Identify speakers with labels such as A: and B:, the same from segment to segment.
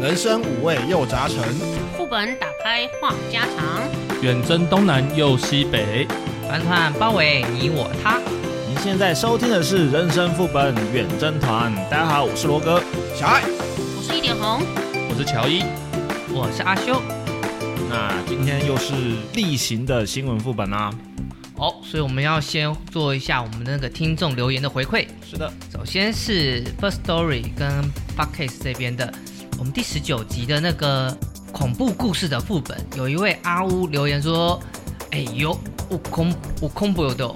A: 人生五味又杂陈，
B: 副本打开话家常，
C: 远征东南又西北，
D: 团团包围你我他。
E: 您现在收听的是《人生副本远征团》，大家好，我是罗哥。
A: 小爱，
B: 我是一点红，
C: 我是 乔伊。
D: 我是阿修。
E: 那今天又是例行的新闻副本啊啦、
D: 哦，所以我们要先做一下我们那个听众留言的回馈。
E: 是的，
D: 首先是 First Story 跟 p o d c a s t 这边的，我们第十九集的那个恐怖故事的副本，有一位阿乌留言说：“哎呦，悟空悟空不有的。”哦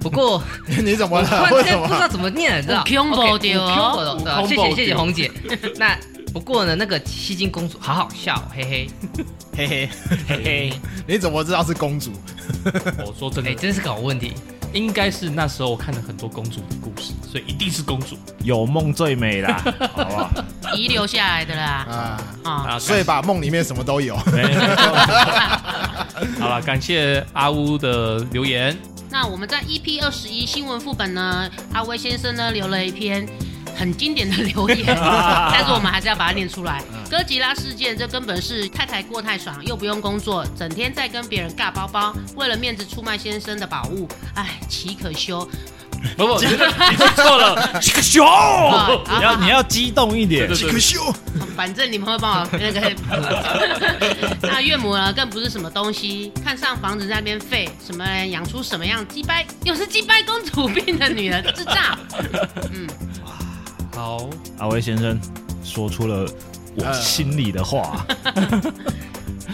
D: 不过
A: 你怎 么
D: 我
A: 了？
D: 突
A: 嗯 为
D: 然
A: 什
D: 间不知
A: 么？
D: 道怎么念，知道
B: Ukumbo 的哦
D: o 的，谢谢谢谢红姐。那不过呢，那个吸金公主好好笑，哦嘿嘿。
E: 嘿嘿嘿嘿，
A: 你怎么知道是公主？
C: 我说真
D: 哎、
C: 的，
D: 真是个好问题。
C: 应该是那时候我看了很多公主的故事，所以一定是公主
E: 有梦最美 啦，好不好？
B: 遗留下来的啦。
A: 啊，
B: 啊，
C: 啊。
A: 所以吧，梦里面什么都有。
E: 没
C: 好了，感谢阿乌的 留言，
B: 那我们在 EP 二十一新闻副本呢，阿威先生呢留了一篇。很经典的留言，但是我们还是要把它念出来。哥吉拉事件，这根本是太太过太爽，又不用工作，整天在跟别人尬包包，为了面子出卖先生的宝物，哎，岂可休！
C: 不不，你记错了，
E: 这个熊，
B: 啊
E: 你要你要激动一点
C: 对。对对，
A: 秀，
B: 反正你们会帮我那个补。那岳母呢，更不是什么东西，看上房子在那边废，什么人养出什么样鸡掰，又是鸡掰公主病的女人，智障。嗯，
C: 好，
E: 阿威先生说出了我心里的话，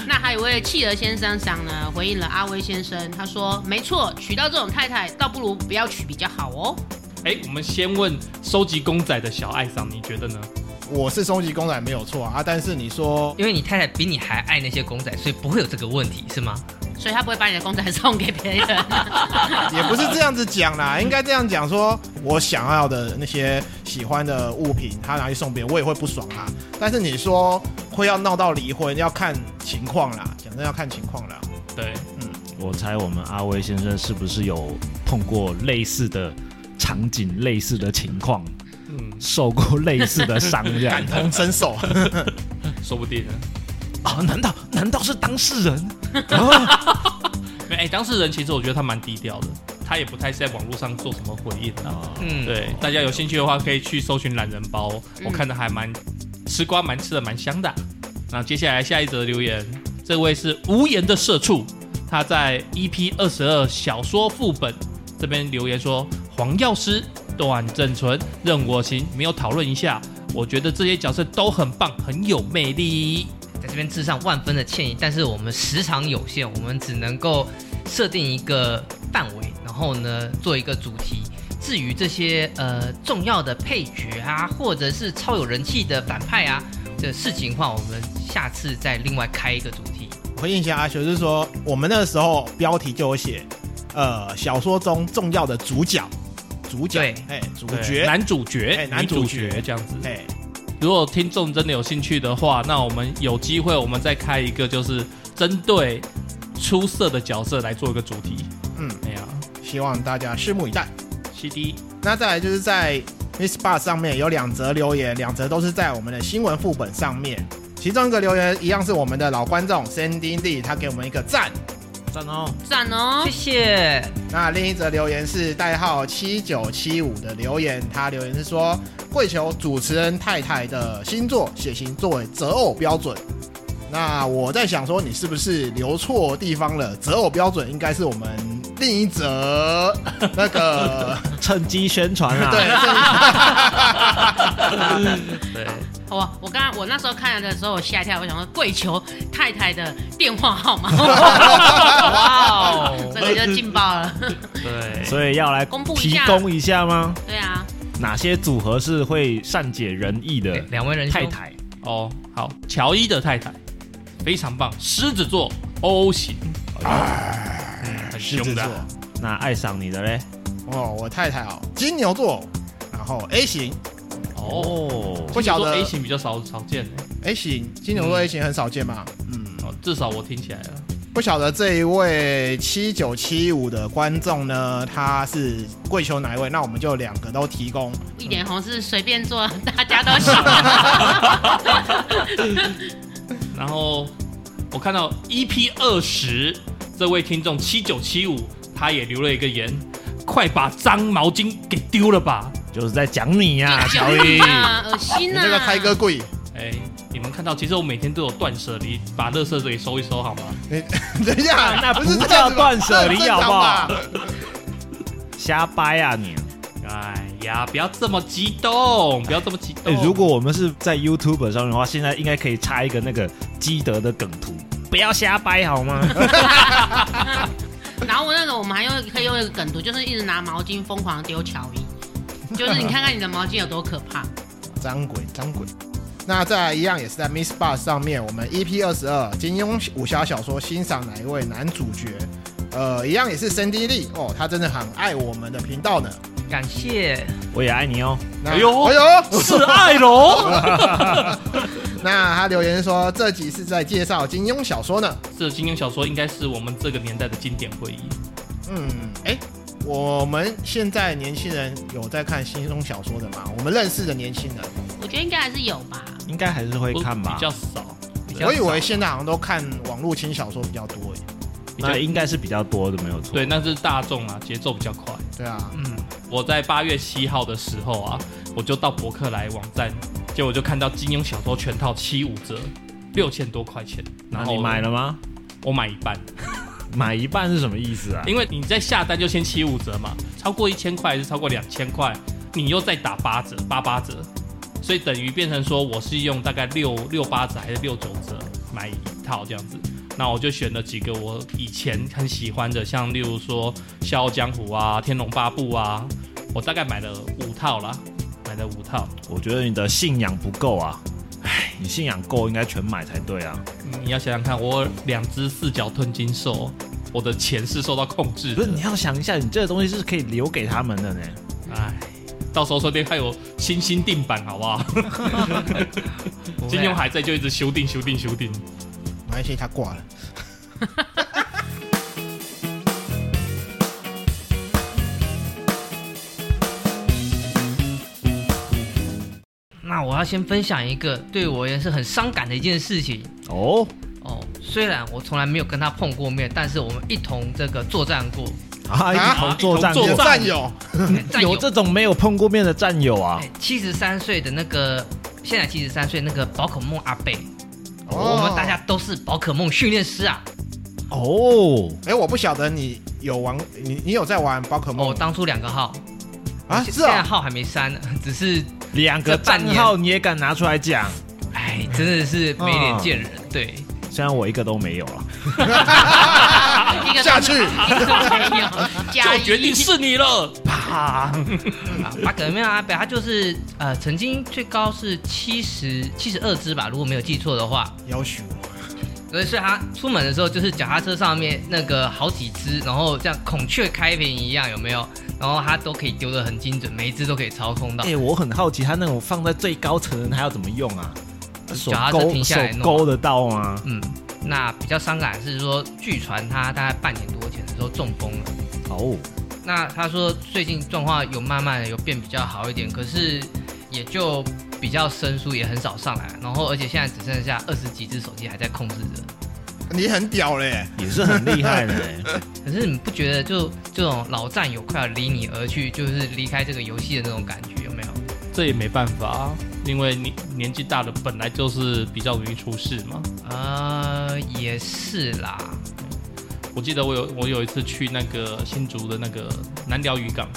B: 那还有位企鹅先生上呢，回应了阿威先生，他说：“没错，娶到这种太太，倒不如不要娶比较好哦。
C: 哎，我们先问收集公仔的小爱桑，你觉得呢？
A: 我是终极公仔没有错啊，但是你说
D: 因为你太太比你还爱那些公仔，所以不会有这个问题，是吗？”
B: 所以他不会把你的公仔送给别人。
A: 也不是这样子讲啦，应该这样讲说，我想要的那些喜欢的物品，他拿去送别人，我也会不爽啦。但是你说会要闹到离婚，要看情况啦，讲真要看情况啦。
C: 对，
E: 我猜我们阿威先生是不是有碰过类似的场景、类似的情况，
C: 嗯，
E: 受过类似的伤这样
A: 感？同身受，
C: 说不定呢。
E: 啊？难道难道是当事人？
C: 没哎，当事人其实我觉得他蛮低调的，他也不太是在网络上做什么回应啊。
E: 哦
D: 嗯，。
C: 对，大家有兴趣的话可以去搜寻懒人包，我
B: 嗯
C: 看的还蛮吃瓜蛮吃的蛮香的。那接下来下一则留言，这位是无言的社畜，他在 EP 二十二小说副本这边留言说：黄药师、段正淳、任我行没有讨论一下，我觉得这些角色都很棒，很有魅力。
D: 在这边致上万分的歉意，但是我们时长有限，我们只能够设定一个范围，然后呢做一个主题。至于这些呃重要的配角啊，或者是超有人气的反派啊的事情的话，我们下次再另外开一个主题。
A: 回应一下阿修，就是说我们那个时候标题就有写，呃，小说中重要的主角，主角
D: 对，
A: 哎，主
C: 对
A: 角，
C: 男主角、
A: 哎男
C: 女主
A: 主角
C: 角这样子。
A: 哎，
C: 如果听众真的有兴趣的话，那我们有机会，我们再开一个，就是针对出色的角色来做一个主题。
A: 嗯，
C: 哎呀
A: 希望大家拭目以待。
C: ，CD
A: 那再来就是在 Miss Bar 上面有两则留言，两则都是在我们的新闻副本上面。其中一个留言一样是我们的老观众 Sandy D，他给我们一个赞。
E: 赞哦！
B: 赞哦
D: 谢，谢。
A: 那另一则留言是代号七九七五的留言，他留言是说跪求主持人太太的星座血型作为择偶标准。那我在想说，你是不是留错地方了？择偶标准应该是我们另一则 那个
E: 趁机宣传啊 啦。
A: 对，这
C: 对，
B: 好啊！我刚刚我那时候看的时候，我吓一跳，我想说跪求太太的电话号码，哇哦，这个就劲爆了。
C: 对，
E: 所以要来
B: 公布一
E: 提
B: 下
E: 供一下吗？
B: 对啊，
E: 哪些组合是会善解人意的？
D: 两位人兄
E: 太太，
C: 哦，好，乔伊的太太非常棒，狮子座 O 型，嗯很
A: 哎 狮子
C: 凶的
A: 座。
C: 啊，
E: 那爱上你的嘞？
A: 哦，我太太哦，金牛座，然后 A 型
C: 哦。
E: 哦，
A: 不晓得
C: 听说 A 型比较少少见欸，
A: ，A 型金牛座 A 型很少见嘛，嗯，
C: 哦，至少我听起来了。
A: 不晓得这一位七九七五的观众呢，他是跪求哪一位？那我们就两个都提供。
B: 一点红是随 便做，大家都行。
C: 然后我看到 EP 二十这位听众七九七五，他也留了一个言：快把脏毛巾给丢了吧！
E: 就是在 讲你呀、乔伊。
B: 啊，恶
A: 你
B: 心呐！
A: 这个开哥跪，
C: 哎，你们看到，其实我每天都有断舍离，把垃圾给收一收好吗？
A: 等一下，
E: 那那
A: 不是
E: 不
A: 这样
E: 叫
A: 子吧
E: 断舍离
A: 这很正常吧
E: 好不瞎掰啊你！
C: 哎呀，不要这么激动，不要这么激
E: 哎、
C: 动。
E: 如果我们是在 YouTube 上面的话，现在应该可以插一个那个基德的梗图，不要瞎掰好 吗？
B: 然后那个我们还用可以用一个梗图，就是一直拿毛巾疯狂地丢乔伊，就是你看看你的毛巾有多可 怕。
A: 张鬼，张鬼。那再来一样也是在 Miss Bus 上面，我们 EP 二十二金庸武侠小说欣赏哪一位男主角？呃，一样也是 Cindy Lee 哦，他真的很爱我们的频道呢。
D: 感谢
E: 我也爱你哦。
A: 那
C: 哎呦
A: 哎呦，
C: 是爱龙，
A: 那他留言说这集是在介绍金庸小说呢。
C: 这经典小说应该是我们这个年代的经典回忆。
A: 嗯，哎、我们现在年轻人有在看金庸小说的吗？我们认识的年轻人，
B: 我觉得应该还是有 吧。
E: 应该还是会看吧
C: 比，较少，比较
A: 我以
C: 少
A: 为现在好像都看网络轻小说比较多耶。
C: 比较
E: 那应该是比较多的，没有错。
C: 对，那是大众啊，节奏比较快。
A: 对啊，
C: 嗯，我在八月七号的时候啊，我就到博客来网站，结果就看到金庸小说全套七五折，六千多块钱。
E: 那
C: 然后
E: 你买？了吗？
C: 我买一半，
E: 买一半是什么意思啊？
C: 因为你在下单就先七五折嘛，超过一千块还是超过两千块，你又再打八折，八八折，所以等于变成说我是用大概六六八折还是六九折买一套这样子。那我就选了几个我以前很喜欢的，像例如说《笑傲江湖》啊，《天龙八部》啊，我大概买了五套啦，买了五套。
E: 我觉得你的信仰不够啊。唉，你信仰够，应该全买才对啊。
C: 你要想想看，我有两只四脚吞金兽，我的钱是受到控制
E: 不
C: 的
E: 是，。你要想一下，你这个东西是可以留给他们的呢。
C: 哎，到时候说不定还有新星定版，好不好？金庸还在，就一直修订、修订、修订。
A: 没关系，他挂了。
D: 那我要先分享一个对我也是很伤感的一件事情
E: 哦，
D: 哦。虽然我从来没有跟他碰过面，但是我们一同这个作战 过，哎
E: 啊，一同作战
C: 一同作
A: 有
E: 过，
A: 战友，
D: 战
E: 有
D: 友哎
E: 这种没有碰过面的战友啊。
D: 七十三岁的那个，现在七十三岁那个宝可梦阿贝，
A: 哦
D: 我们大家都是宝可梦训练师啊。
E: 哦，
A: 哎、我不晓得你有玩，你你有在玩宝可
D: 哦，
A: 梦、
D: 我当初两个号
A: 啊？
D: 现
A: 是
D: 现在
A: 啊、
D: 号还没删 呢，只是
E: 两
D: 这
E: 个
D: 半
E: 账
D: 年
E: 号你也敢拿出来讲？
D: 哎，真的是没脸见人。
A: 嗯
D: 对，
E: 虽然我一个都没有啊。
B: 一个
A: 下去
B: 没有，加一
C: 就决定是你了，啪！
D: 啊，巴格没有阿贝，他就是呃，曾经最高是七十七十二只吧，如果没有记错的话。
A: 要求
D: 所以，所以他出门的时候就是脚踏车上面那个好几只，然后像孔雀开屏一样，有没有？然后他都可以丢得很精准，每一只都可以操控到
E: 哎、。我很好奇，它那种放在最高层，它要怎么用啊？手
D: 脚踏车
E: 勾
D: 停
E: 手
D: 下来弄啊
E: 勾得到吗？
D: 嗯，那比较伤感的是说，据传他大概半年多前的时候中风了。
E: 哦，
D: 那他说最近状况有慢慢的有变比较好一点，可是也就比较生疏，也很少上来。然后而且现在只剩下二十几只手机还在控制着。
A: 你很屌嘞、
E: 也是很厉害的、 欸。
D: 可是你不觉得就这种老战友快要离你而去，就是离开这个游戏的那种感觉有没有？
C: 这也没办法，啊因为你年纪大了，本来就是比较容易出事嘛。
D: 呃，也是啦。
C: 我记得我有我有一次去那个新竹的那个南寮渔港，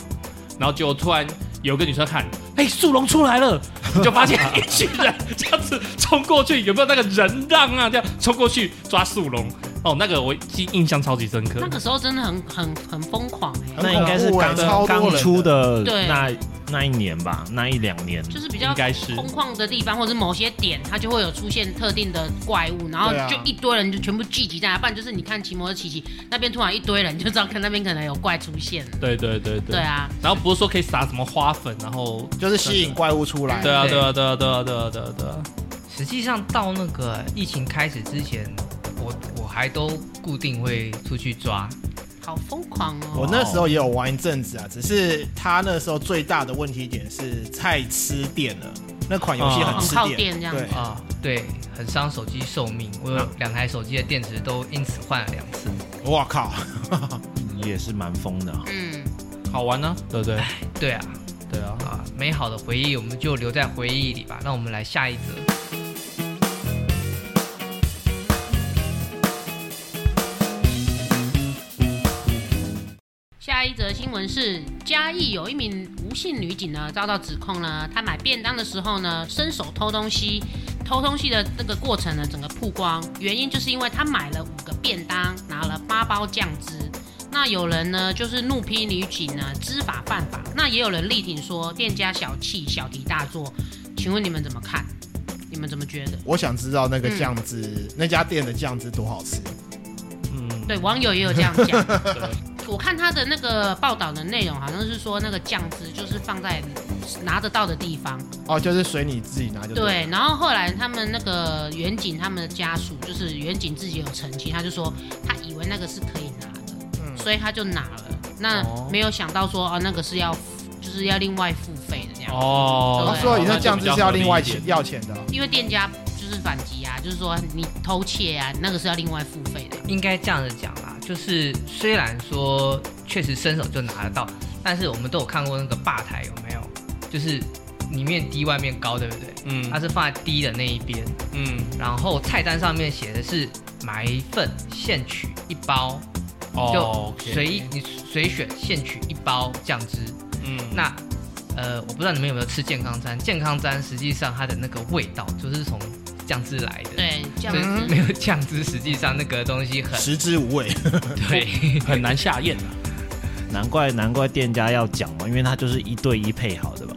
C: 然后结果突然有个女生 喊：“哎、速龙出来了！”就发现一群人这样子冲过去，有没有那个人浪啊？这样冲过去抓速龙。哦，那个我记印象超级深刻
B: 那。个时候真的很很很疯狂哎、
A: 很
E: 那应该是
A: 恐怖欸
E: 刚
A: 超多人
E: 刚出的
B: 对
E: 那那一年吧，那一两年。
B: 就是比较
C: 应该是
B: 空旷的地方，或者是某些点，它就会有出现特定的怪物，然后
A: 对啊
B: 就一堆人就全部聚集在那，不然就是你看骑摩托骑骑那边突然一堆人，你就知道看那边可能有怪出现了。
C: 对对对对。
B: 对啊，
C: 然后不是说可以撒什么花粉，然后
A: 就是吸引怪物出来。
C: 对啊
D: 对
C: 对啊对啊对啊对啊对啊对啊。
D: 实际上到那个疫情开始之前，我我孩都固定会出去抓，
B: 好疯狂哦！
A: 我那时候也有玩一阵子啊，只是他那时候最大的问题点是太吃电了，那款游
C: 嗯
A: 戏很
B: 很耗
A: 吃
B: 哦电这样
C: 哎
A: 对，
D: 啊、对，很伤手机寿命。我有两台手机的电池都因此换了两次。
A: 我靠，
E: 也是蛮疯的啊。
B: 嗯，
C: 好玩呢、对不对？
D: 对啊，
C: 嗯对啊，
D: 啊，美好的回忆我们就留在回忆里吧。那我们来下一则。
B: 下一则新闻是嘉义有一名吴姓女警呢遭到指控呢，她买便当的时候呢伸手偷东西，偷东西的那个过程呢整个曝光，原因就是因为她买了五个便当，拿了八包酱汁。那有人呢就是怒批女警呢知法犯法，那也有人力挺说店家小气小题大做，请问你们怎么看？你们怎么觉得？
A: 我想知道那个
B: 嗯
A: 酱汁，那家店的酱汁多好吃。
C: 嗯，
B: 对，网友也有这样讲。
C: 对
B: 我看他的那个报道的内容，好像是说那个酱汁就是放在拿得到的地方。
A: 哦，就是随你自己拿就
B: 对，
A: 了。
B: 然后后来他们那个远景他们的家属，就是远景自己有澄清，他就说他以为那个是可以拿的，
A: 嗯
B: 所以他就拿了。那
C: 哦
B: 没有想到说哦，那个是要付就是要另外付费的这样，
C: 哦
A: 哦，所以那酱汁是要另外钱
C: 那就比较合理一
A: 要钱
C: 点
A: 的哦、
B: 因为店家就是反击啊，就是说你偷窃啊，那个是要另外付费的。
D: 应该这样子讲啦，就是虽然说确实伸手就拿得到，但是我们都有看过那个吧台有没有？就是里面低外面高，对不对？啊
C: 嗯，
D: 它是放在低的那一边，
C: 嗯，
D: 然后菜单上面写的是买一份现取一包，
C: 哦
D: 就，随
C: OK
D: 意你随选现取一包酱汁。
C: 嗯，
D: 那呃，我不知道你们有没有吃健康餐，健康餐实际上它的那个味道就是从酱汁来的，，
B: 对，这样
D: 所以
B: 子
D: 没有酱汁，实际上那个东西很
A: 食之无味，
D: 对。
C: 很难下咽啊。
E: 难怪难怪店家要讲嘛，因为它就是一对一配好的吧。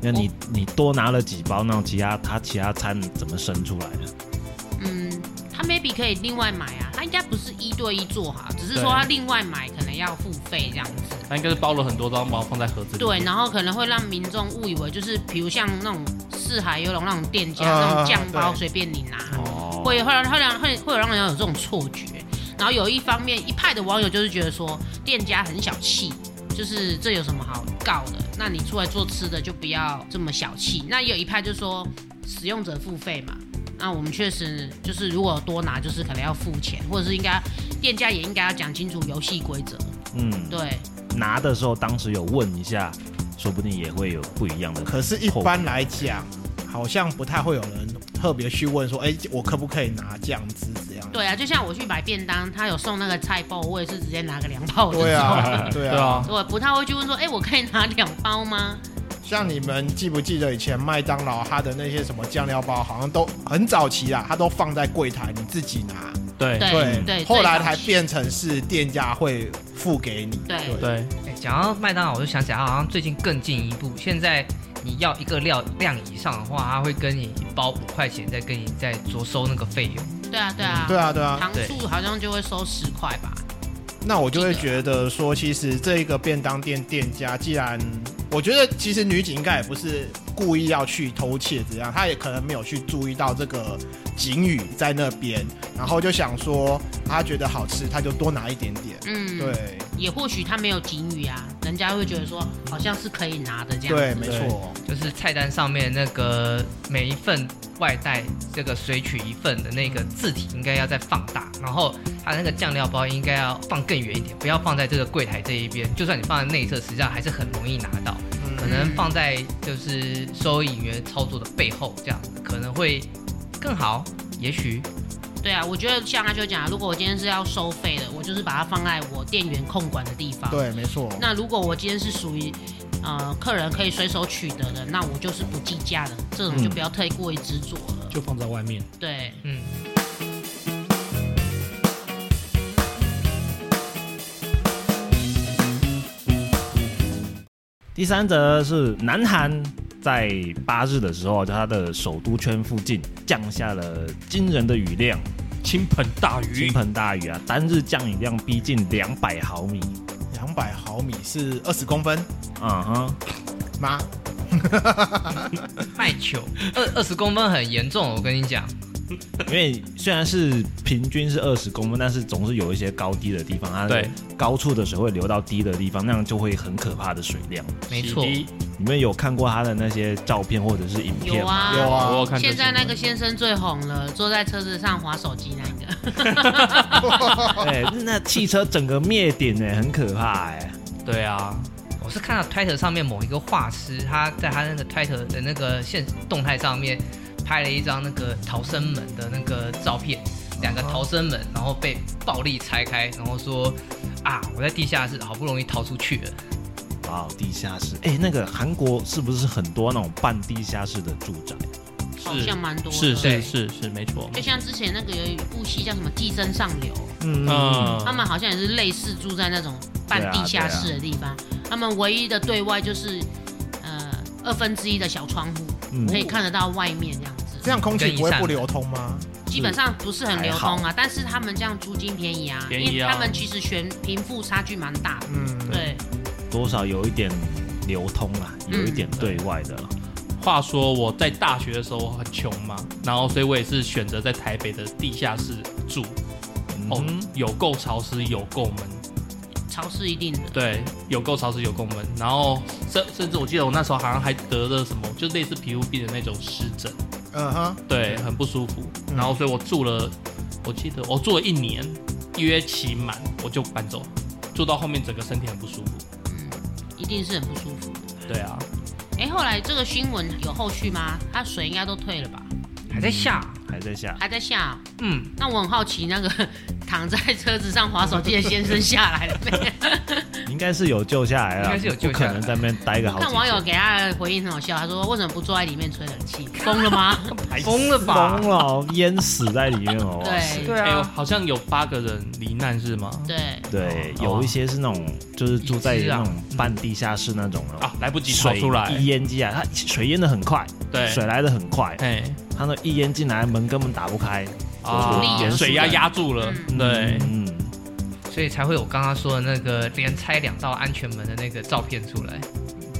E: 那你你多拿了几包，那其他他其他餐怎么生出来的？
B: 嗯，他 maybe 可以另外买啊，他应该不是一对一做好，只是说
C: 对
B: 他另外买可能要付费这样子。
C: 它应该是包了很多张，然后放在盒子里。
B: 对，然后可能会让民众误以为就是，比如像那种四海游龙那种店家、
A: 啊
B: 那种酱包
A: 对
B: 随便你拿，
E: 哦
B: 会会让会让会会有让人有这种错觉。然后有一方面一派的网友就是觉得说店家很小气，就是这有什么好告的？那你出来做吃的就不要这么小气。那也有一派就说使用者付费嘛。那我们确实就是，如果多拿，就是可能要付钱，或者是应该店家也应该要讲清楚游戏规则。
E: 嗯，
B: 对，
E: 拿的时候当时有问一下，说不定也会有不一样的。
A: 可是，一般来讲，好像不太会有人特别去问说，哎、我可不可以拿酱汁这样？
B: 对啊，就像我去买便当，他有送那个菜包，我也是直接拿个两包。
A: 对
B: 我就走了，
A: 啊，对啊。
C: 对啊，
B: 我不太会去问说，哎、我可以拿两包吗？
A: 像你们记不记得以前麦当劳它的那些什么酱料包，好像都很早期啦，它都放在柜台，你自己拿。
C: 对
B: 对对
A: 后来
B: 最早期
A: 才变成是店家会付给你。
B: 对
C: 对，
D: 哎，讲到麦当劳，我就想起来，好像最近更进一步，现在你要一个料量以上的话，他会跟你一包五块钱，再跟你再酌收那个费用。
B: 对啊，对啊，
A: 对啊，对啊，
B: 糖醋好像就会收十块吧。
A: 那我就会觉得说，其实这一个便当店店家，既然我觉得其实女警应该也不是故意要去偷窃怎样，她也可能没有去注意到这个警语在那边，然后就想说她觉得好吃，她就多拿一点点。
B: 嗯，，
A: 对
B: 也或许他没有警语啊，人家会觉得说好像是可以拿的这样。
A: 对，没错，
D: 就是菜单上面那个每一份外带这个随取一份的那个字体应该要再放大，然后它那个酱料包应该要放更远一点，不要放在这个柜台这一边。就算你放在内侧，实际上还是很容易拿到，可
A: 嗯，
D: 能放在就是收银员操作的背后，这样可能会更好，也许。
B: 对啊，我觉得像阿修讲的，如果我今天是要收费的，我就是把它放在我店员控管的地
C: 啊
B: 方。。
A: 对，没错。
B: 那如果我今天是属于呃客人可以随手取得的，那我就是不计价的，这种就不要太过于执着了。
C: 就放在外面。
B: 对，
D: 嗯，
E: 第三则是南韩在八日的时候，就它的首都圈附近降下了惊人的雨量，
C: 倾盆大
E: 倾
C: 雨，
E: 盆大雨啊，单日降雨量逼近两百毫米。
A: 两百毫米是二十公分
E: 啊哈，
A: 吗？
D: 呃卖球二二十公分很严重，我跟你讲，
E: 因为虽然是平均是二十公分，但是总是有一些高低的地方，它
C: 对
E: 高处的水会流到低的地方，那样就会很可怕的水量。
D: 没错，
C: 洗涤
E: 你们有看过他的那些照片或者是影片
B: 有
E: 吗？
B: 啊，
A: 有啊
C: 我有看这
B: 现在
C: 新闻
B: 那个先生最红了，坐在车子上划手机那个。啊
E: 哎、那汽车整个灭顶哎、很可怕哎、
C: 对啊，
D: 我是看到 Twitter 上面某一个画师，他在他那个 Twitter 的那个现动态上面拍了一张那个逃生门的那个照片，两个逃生门，然后被暴力拆开，然后说啊，我在地下室好不容易逃出去了。
E: 哇，地下室哎、那个韩国是不是很多那种半地下室的住宅？
B: 好像蛮多的
C: 是
D: 对
C: 是是是没错，
B: 就像之前那个有一部戏叫什么《寄生上流》，
E: 嗯
B: 他
C: 嗯，
B: 们好像也是类似住在那种半地下室的地方。他们唯一的对外就是呃二分之一的小窗户，
E: 嗯
B: 可以看得到外面这样子。
A: 这样空气不会不流通吗？
B: 基本上不是很流通啊，但是他们这样租金便宜啊，
C: 便宜啊
B: 因为他们其实全贫富差距蛮大的。
A: 嗯，
B: 对，
E: 多少有一点流通啦，有一点对外的啦。
C: 话说我在大学的时候我很穷嘛，然后所以我也是选择在台北的地下室住，哦
E: 嗯，
C: 有够潮湿，有够闷，
B: 潮湿一定的。
C: 对，有够潮湿，有够闷，然后甚甚至我记得我那时候好像还得了什么，就类似皮肤病的那种湿疹，
A: 嗯哼，
C: 对，很不舒服，
A: 嗯
C: 然后所以我住了，我记得我住了一年，约期满我就搬走了，住到后面整个身体很不舒服，
B: 嗯，一定是很不舒服。
C: 对啊，
B: 哎，后来这个新闻有后续吗？它水应该都退了吧？
D: 还在下，
E: 还在下，
B: 还在下哦、
D: 嗯，
B: 那我很好奇，那个 躺在车子上划手机的先生下来了没？
E: 应该是有救下来了，
D: 应该是有救
E: 不
D: 下
E: 可
D: 来
E: 能在那边待个 好几
B: 看
E: 天。
B: 网友给他的回应很好笑，他说：“为什么不坐在里面吹冷气？疯了吗。
D: 疯了吧
E: 疯？了哦，淹死在里面 哦
B: 对
D: 对
C: 哎呦
D: 啊，
C: 好像有八个人罹难是吗？？”
B: 对，
E: 对，
C: 哦
E: 有一些是那种就是住在
D: 已知啊
E: 那种半地下室那种的
C: 啊，来不及逃
E: 水
C: 出来，
E: 一淹进来，它水淹的很快，
C: 对，
E: 水来的很快，
C: 哎，
E: 它那一淹进来门根本打不开。
C: 啊
B: 力
D: 哦
B: 啊，
C: 水压压住了，对，
E: 嗯，
D: 所以才会有我刚刚说的那个连拆两道安全门的那个照片出来。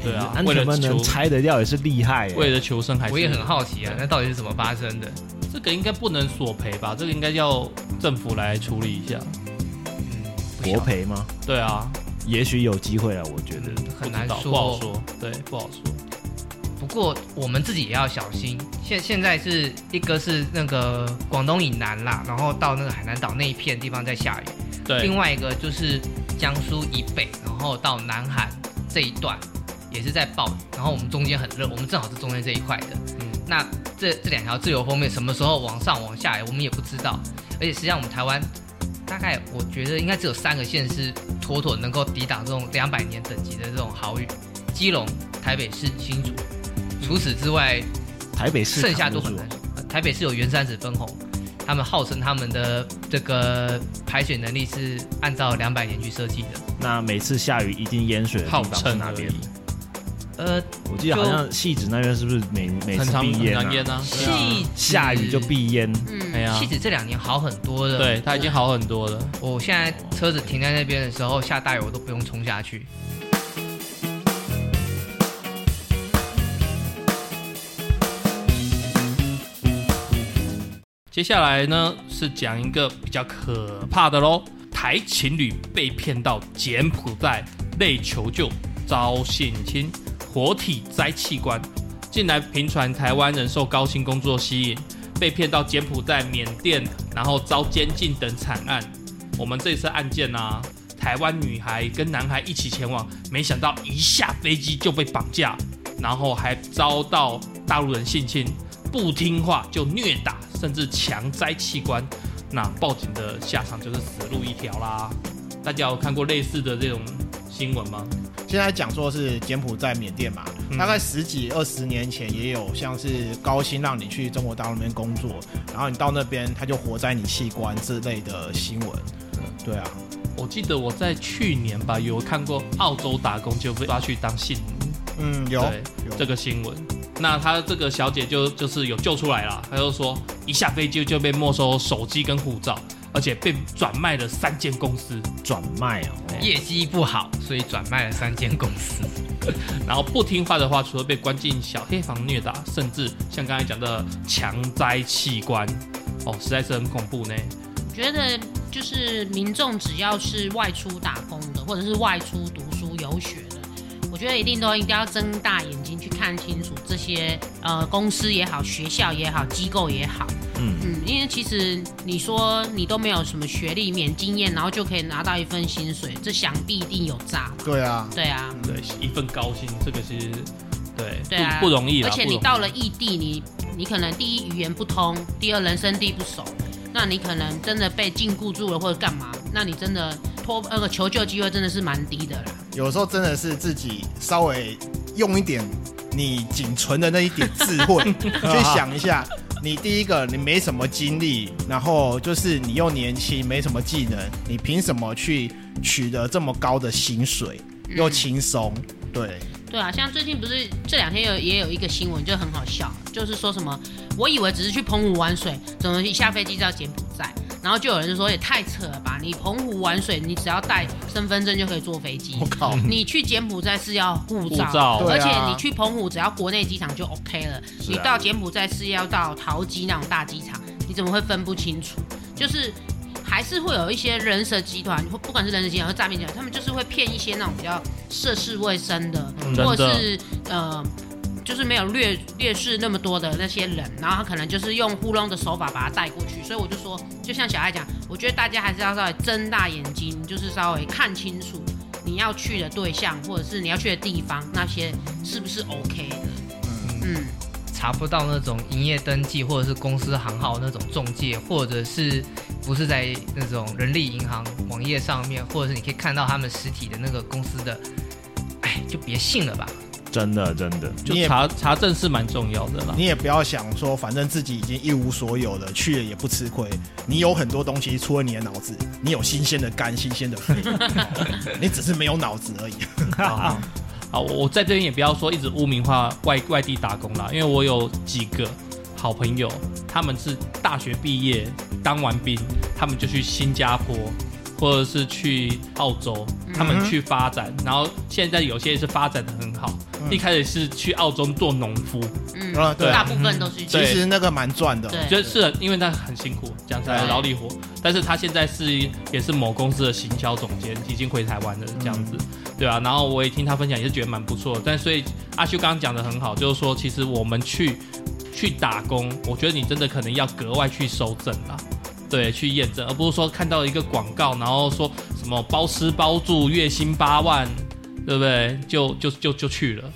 C: 对啊，
E: 嗯安
C: 为
E: 全
C: 了
E: 门能
C: 求
E: 拆得掉也是厉害耶。
C: 为了求生还是，
D: 我也很好奇啊，那到底是怎么发生的？
C: 这个应该不能索赔吧？这个应该要政府来处理一下，
D: 嗯，不晓
E: 国
D: 得
E: 赔吗？
C: 对啊，
E: 也许有机会啊，我觉得。
D: 很难
C: 不知道
D: 说
C: 不好说，对，不好说，
D: 不过我们自己也要小心。现现在是一个是那个广东以南啦，然后到那个海南岛那一片地方在下雨；
C: 对
D: 另，外一个就是江苏以北，然后到南韩这一段也是在暴雨。然后我们中间很热，我们正好是中间这一块的。
C: 嗯
D: 那这这两条自由封面什么时候往上往下来，我们也不知道。而且实际上我们台湾。大概我觉得应该只有三个县是妥妥能够抵挡这种两百年等级的这种豪雨，基隆、台北市、新竹。除此之外，
E: 台北市
D: 剩下
E: 扛
D: 都
E: 不
D: 很
E: 住
D: 难说。呃台北是有原山子分红，他们号称他们的这个排水能力是按照两百年去设计的。
E: 那每次下雨一定淹水的地
C: 号
E: 方是
C: 称
E: 哪
C: 而
E: 边
C: 已？，
D: 呃，
E: 我记得好像戏子那边是不是每每
C: 很
E: 次
C: 常
E: 必
C: 很
E: 淹
C: 常淹
E: 啊？
C: 啊，对啊
D: 戏
E: 下雨就必啊
C: 哎
E: 淹，
B: 嗯，
C: 呀
D: 戏，子这两年好很多了。，
C: 对，他已经好很多了，
D: 我现在车子停在那边的时候，下大雨我都不用冲下去。
C: 接下来呢是讲一个比较可怕的喽，台情侣被骗到柬埔寨内求救，遭性侵，活体摘器官。近来频传台湾人受高薪工作吸引，被骗到柬埔寨、缅甸，然后遭监禁等惨案。我们这次案件啊，台湾女孩跟男孩一起前往，没想到一下飞机就被绑架，然后还遭到大陆人性侵。不听话就虐打，甚至强摘器官，那报警的下场就是死路一条啦。大家有看过类似的这种新闻吗？
A: 现在讲说是柬埔寨、缅甸嘛，
C: 嗯
A: 大概十几二十年前也有像是高薪让你去中国大陆那边工作，然后你到那边他就活摘你器官之类的新闻。对啊，
C: 我记得我在去年吧有看过澳洲打工就被抓去当性奴
A: 嗯，有
C: 对
A: 有
C: 这个新闻。那她这个小姐就就是有救出来了，她就说一下飞机就被没收手机跟护照，而且被转卖了三间公司，
E: 转卖哦。
D: 业绩不好，所以转卖了三间公司。
C: 然后不听话的话，除了被关进小黑房虐打，甚至像刚才讲的强摘器官，哦，实在是很恐怖呢。
B: 觉得就是民众只要是外出打工的，或者是外出读书游学的，我觉得一定都应该要睁大眼睛去看清楚这些呃公司也好、学校也好、机构也好，
E: 嗯，
B: 嗯，因为其实你说你都没有什么学历、免经验，然后就可以拿到一份薪水，这想必一定有诈吧？
A: 对啊，
B: 对啊，
C: 对，一份高薪，这个是，对，
B: 对啊
C: 不不容易啦
B: 而且
C: 不
B: 你
C: 容易
B: 到了异地，你你可能第一语言不通，第二人生地不熟，那你可能真的被禁锢住了或者干嘛，那你真的脱那个求救机会真的是蛮低的啦。
A: 有时候真的是自己稍微用一点你仅存的那一点智 慧去想一下，你第一个你没什么经历，然后就是你又年轻，没什么技能，你凭什么去取得这么高的薪水
B: 嗯
A: 又轻松？对，
B: 对啊，像最近不是这两天有也有一个新闻就很好笑，就是说什么我以为只是去澎湖玩水，怎么一下飞机就要柬埔寨？然后就有人就说也太扯了吧！你澎湖玩水，你只要带身份证就可以坐飞机
A: 我。 靠，
B: 你去柬埔寨是要护
C: 护
B: 照，
C: 照
A: 对啊
B: 而且你去澎湖只要国内机场就 OK 了。
E: 是啊
B: 你到柬埔寨是要到桃机那种大机场，你怎么会分不清楚？就是还是会有一些人蛇集团，或不管是人蛇集团或诈骗集团，他们就是会骗一些那种比较涉世未深的，
C: 嗯
B: 或
C: 真
B: 者
C: 的
B: 是呃。就是没有劣劣势那么多的那些人，然后他可能就是用糊弄的手法把他带过去，所以我就说，就像小爱讲，我觉得大家还是要稍微睁大眼睛，就是稍微看清楚你要去的对象或者是你要去的地方那些是不是 OK 的，嗯，
D: 查不到那种营业登记或者是公司行号那种中介，或者是不是在那种人力银行网页上面，或者是你可以看到他们实体的那个公司的，哎，就别信了吧。
E: 真的真的，
A: 你
C: 就
A: 也
C: 查查证是蛮重要的啦。
A: 你也不要想说，反正自己已经一无所有了，去了也不吃亏。你有很多东西，除了你的脑子，你有新鲜的肝、新鲜的 肺，你只是没有脑子而已。
C: 啊，好，我我在这边也不要说一直污名化外外地打工啦，因为我有几个好朋友，他们是大学毕业当完兵，他们就去新加坡。或者是去澳洲，他们去发展，然后现在有些也是发展的很好。
A: 嗯
C: 一开始是去澳洲做农夫，
B: 嗯，
A: 啊对
C: 啊
B: 大部分都是这
A: 其
B: 样
C: 对
A: 实那个蛮赚的，
B: 对，
C: 就是很因为他很辛苦，讲起来
A: 哎对
C: 劳力活，但是他现在是也是某公司的行销总监，已经回台湾
A: 嗯
C: 了这样子，对啊，然后我也听他分享，也是觉得蛮不错的。但所以阿修刚刚讲的很好，就是说其实我们去去打工，我觉得你真的可能要格外去收证啦。对，去验证，而不是说看到一个广告，然后说什么包吃包住，月薪八万，对不对？就就就就去 了。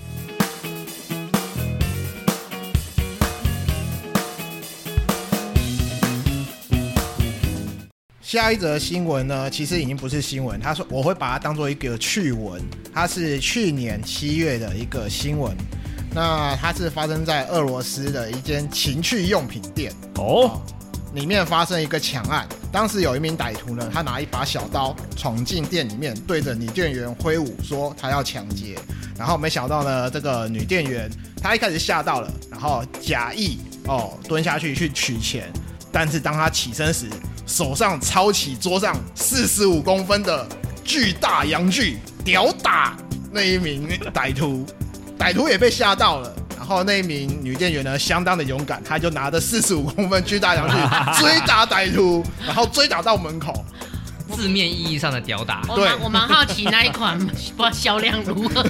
A: 下一则新闻呢，其实已经不是新闻，他说我会把它当做一个趣闻，它是去年七月的一个新闻。那它是发生在俄罗斯的一间情趣用品店，
E: 哦，
A: 里面发生一个抢案。当时有一名歹徒呢，他拿一把小刀闯进店里面，对着女店员挥舞，说他要抢劫。然后没想到呢，这个女店员她一开始吓到了，然后假意哦蹲下去去取钱，但是当她起身时，手上抄起桌上四十五公分的巨大洋具，屌打那一名歹徒。歹徒也被吓到了。然后那一名女店员呢，相当的勇敢，她就拿着四十五公分巨大洋 去追打歹徒，然后追打到门口。
D: 字面意义上的屌打，
B: 我
A: 对
B: 蛮我蛮好奇那一款 不知道销量如何。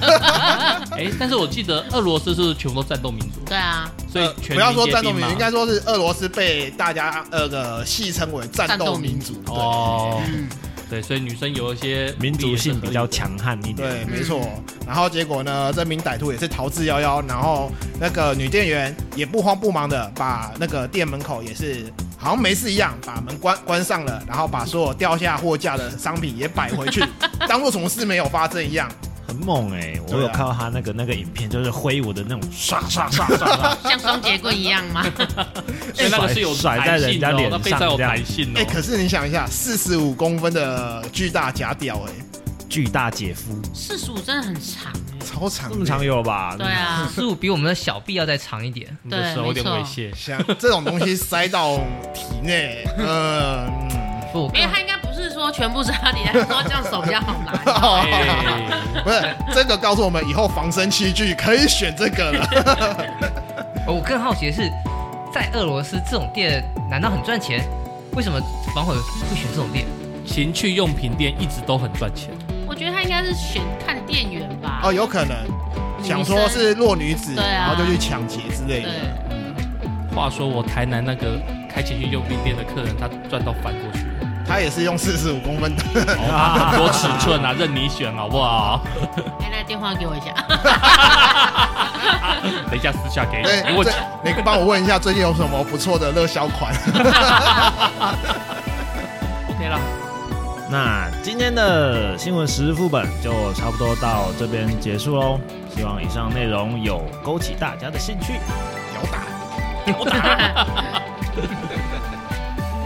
C: 哎，但是我记得俄罗斯是不是全部都战斗民族，
B: 对啊，
C: 所以
A: 呃
C: 全
A: 不要说
C: 民皆
A: 战斗
C: 兵
A: 民
C: 嘛
A: 族，应该说是俄罗斯被大家呃个戏称为战斗民族。对、
C: 哦，
B: 嗯，
C: 对，所以女生有一些
E: 民族性比较强悍一点，
A: 对，嗯没错。然后结果呢，这名歹徒也是逃之夭夭。然后那个女店员也不慌不忙的把那个店门口也是好像没事一样，把门关关上了，然后把所有掉下货架的商品也摆回 去，当做什么事没有发生一样。
E: 很猛哎、我
A: 对
E: 有
A: 啊
E: 看到他那个那个影片，就是挥舞的那种唰唰 唰
B: 像双节棍一样吗？
C: 所以哎那个是有
E: 甩在人家
C: 弹性的哦那
E: 脸上
C: 背上有弹性
A: 哎、
C: 哦。
A: 可是你想一下，四十五公分的巨大假屌、
E: 巨大姐夫，
B: 四十五真的很长
A: 哎，超长的，
E: 正常有吧？
B: 对啊，
D: 十五比我们的小臂要再长一点。
C: 你的手嗯有点
B: 对
C: 猥
B: 没错
C: 亵，
A: 像这种东西塞到体 内，呃嗯，
D: 不，
B: 因为他应该不是说全部是他底下，说这样手比较好拿。
C: 哎，
A: 不是这个告诉我们以后防身器具可以 选这个了。
D: 我更好奇的是，在俄罗斯这种店，难道很赚钱？为什么反悔会选这种店？
C: 情趣用品店一直都很赚钱，
B: 我觉得他应该是选看店员吧。
A: 哦，有可能想说是弱女子，
B: 对啊
A: 然后就去抢劫之类
B: 对
A: 的。
C: 话说我台南那个开情趣用品店的客人，他赚到翻过去了。
A: 他也是用四十五公分的，
E: 嗯
C: 哦很多尺寸 啊，任你选好不好？
B: 哎，那电话给我一下。
C: 等一下私下 给
A: 对
C: 你，因为
A: 这你帮我问一下最近有什么不错的热销款？
C: OK 了。
E: 那今天的新闻时事副本就差不多到这边结束喽。希望以上内容有勾起大家的兴趣。
A: 有打，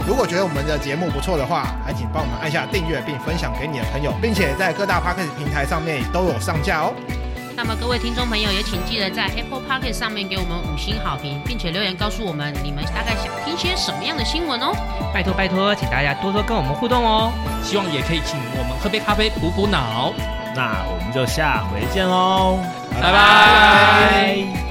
A: 如果觉得我们的节目不错的话，还请帮我们按下订阅并分享给你的朋友，并且在各大 p o c k e t 平台上面都有上架哦。
B: 那么各位听众朋友也请记得在 Apple p o c k e t 上面给我们五星好评，并且留言告诉我们你们大概想听些什么样的新闻哦。
D: 拜托拜托，请大家多多跟我们互动哦。
C: 希望也可以请我们喝杯咖啡补补脑，
E: 那我们就下回见喽，
C: 拜拜
E: 拜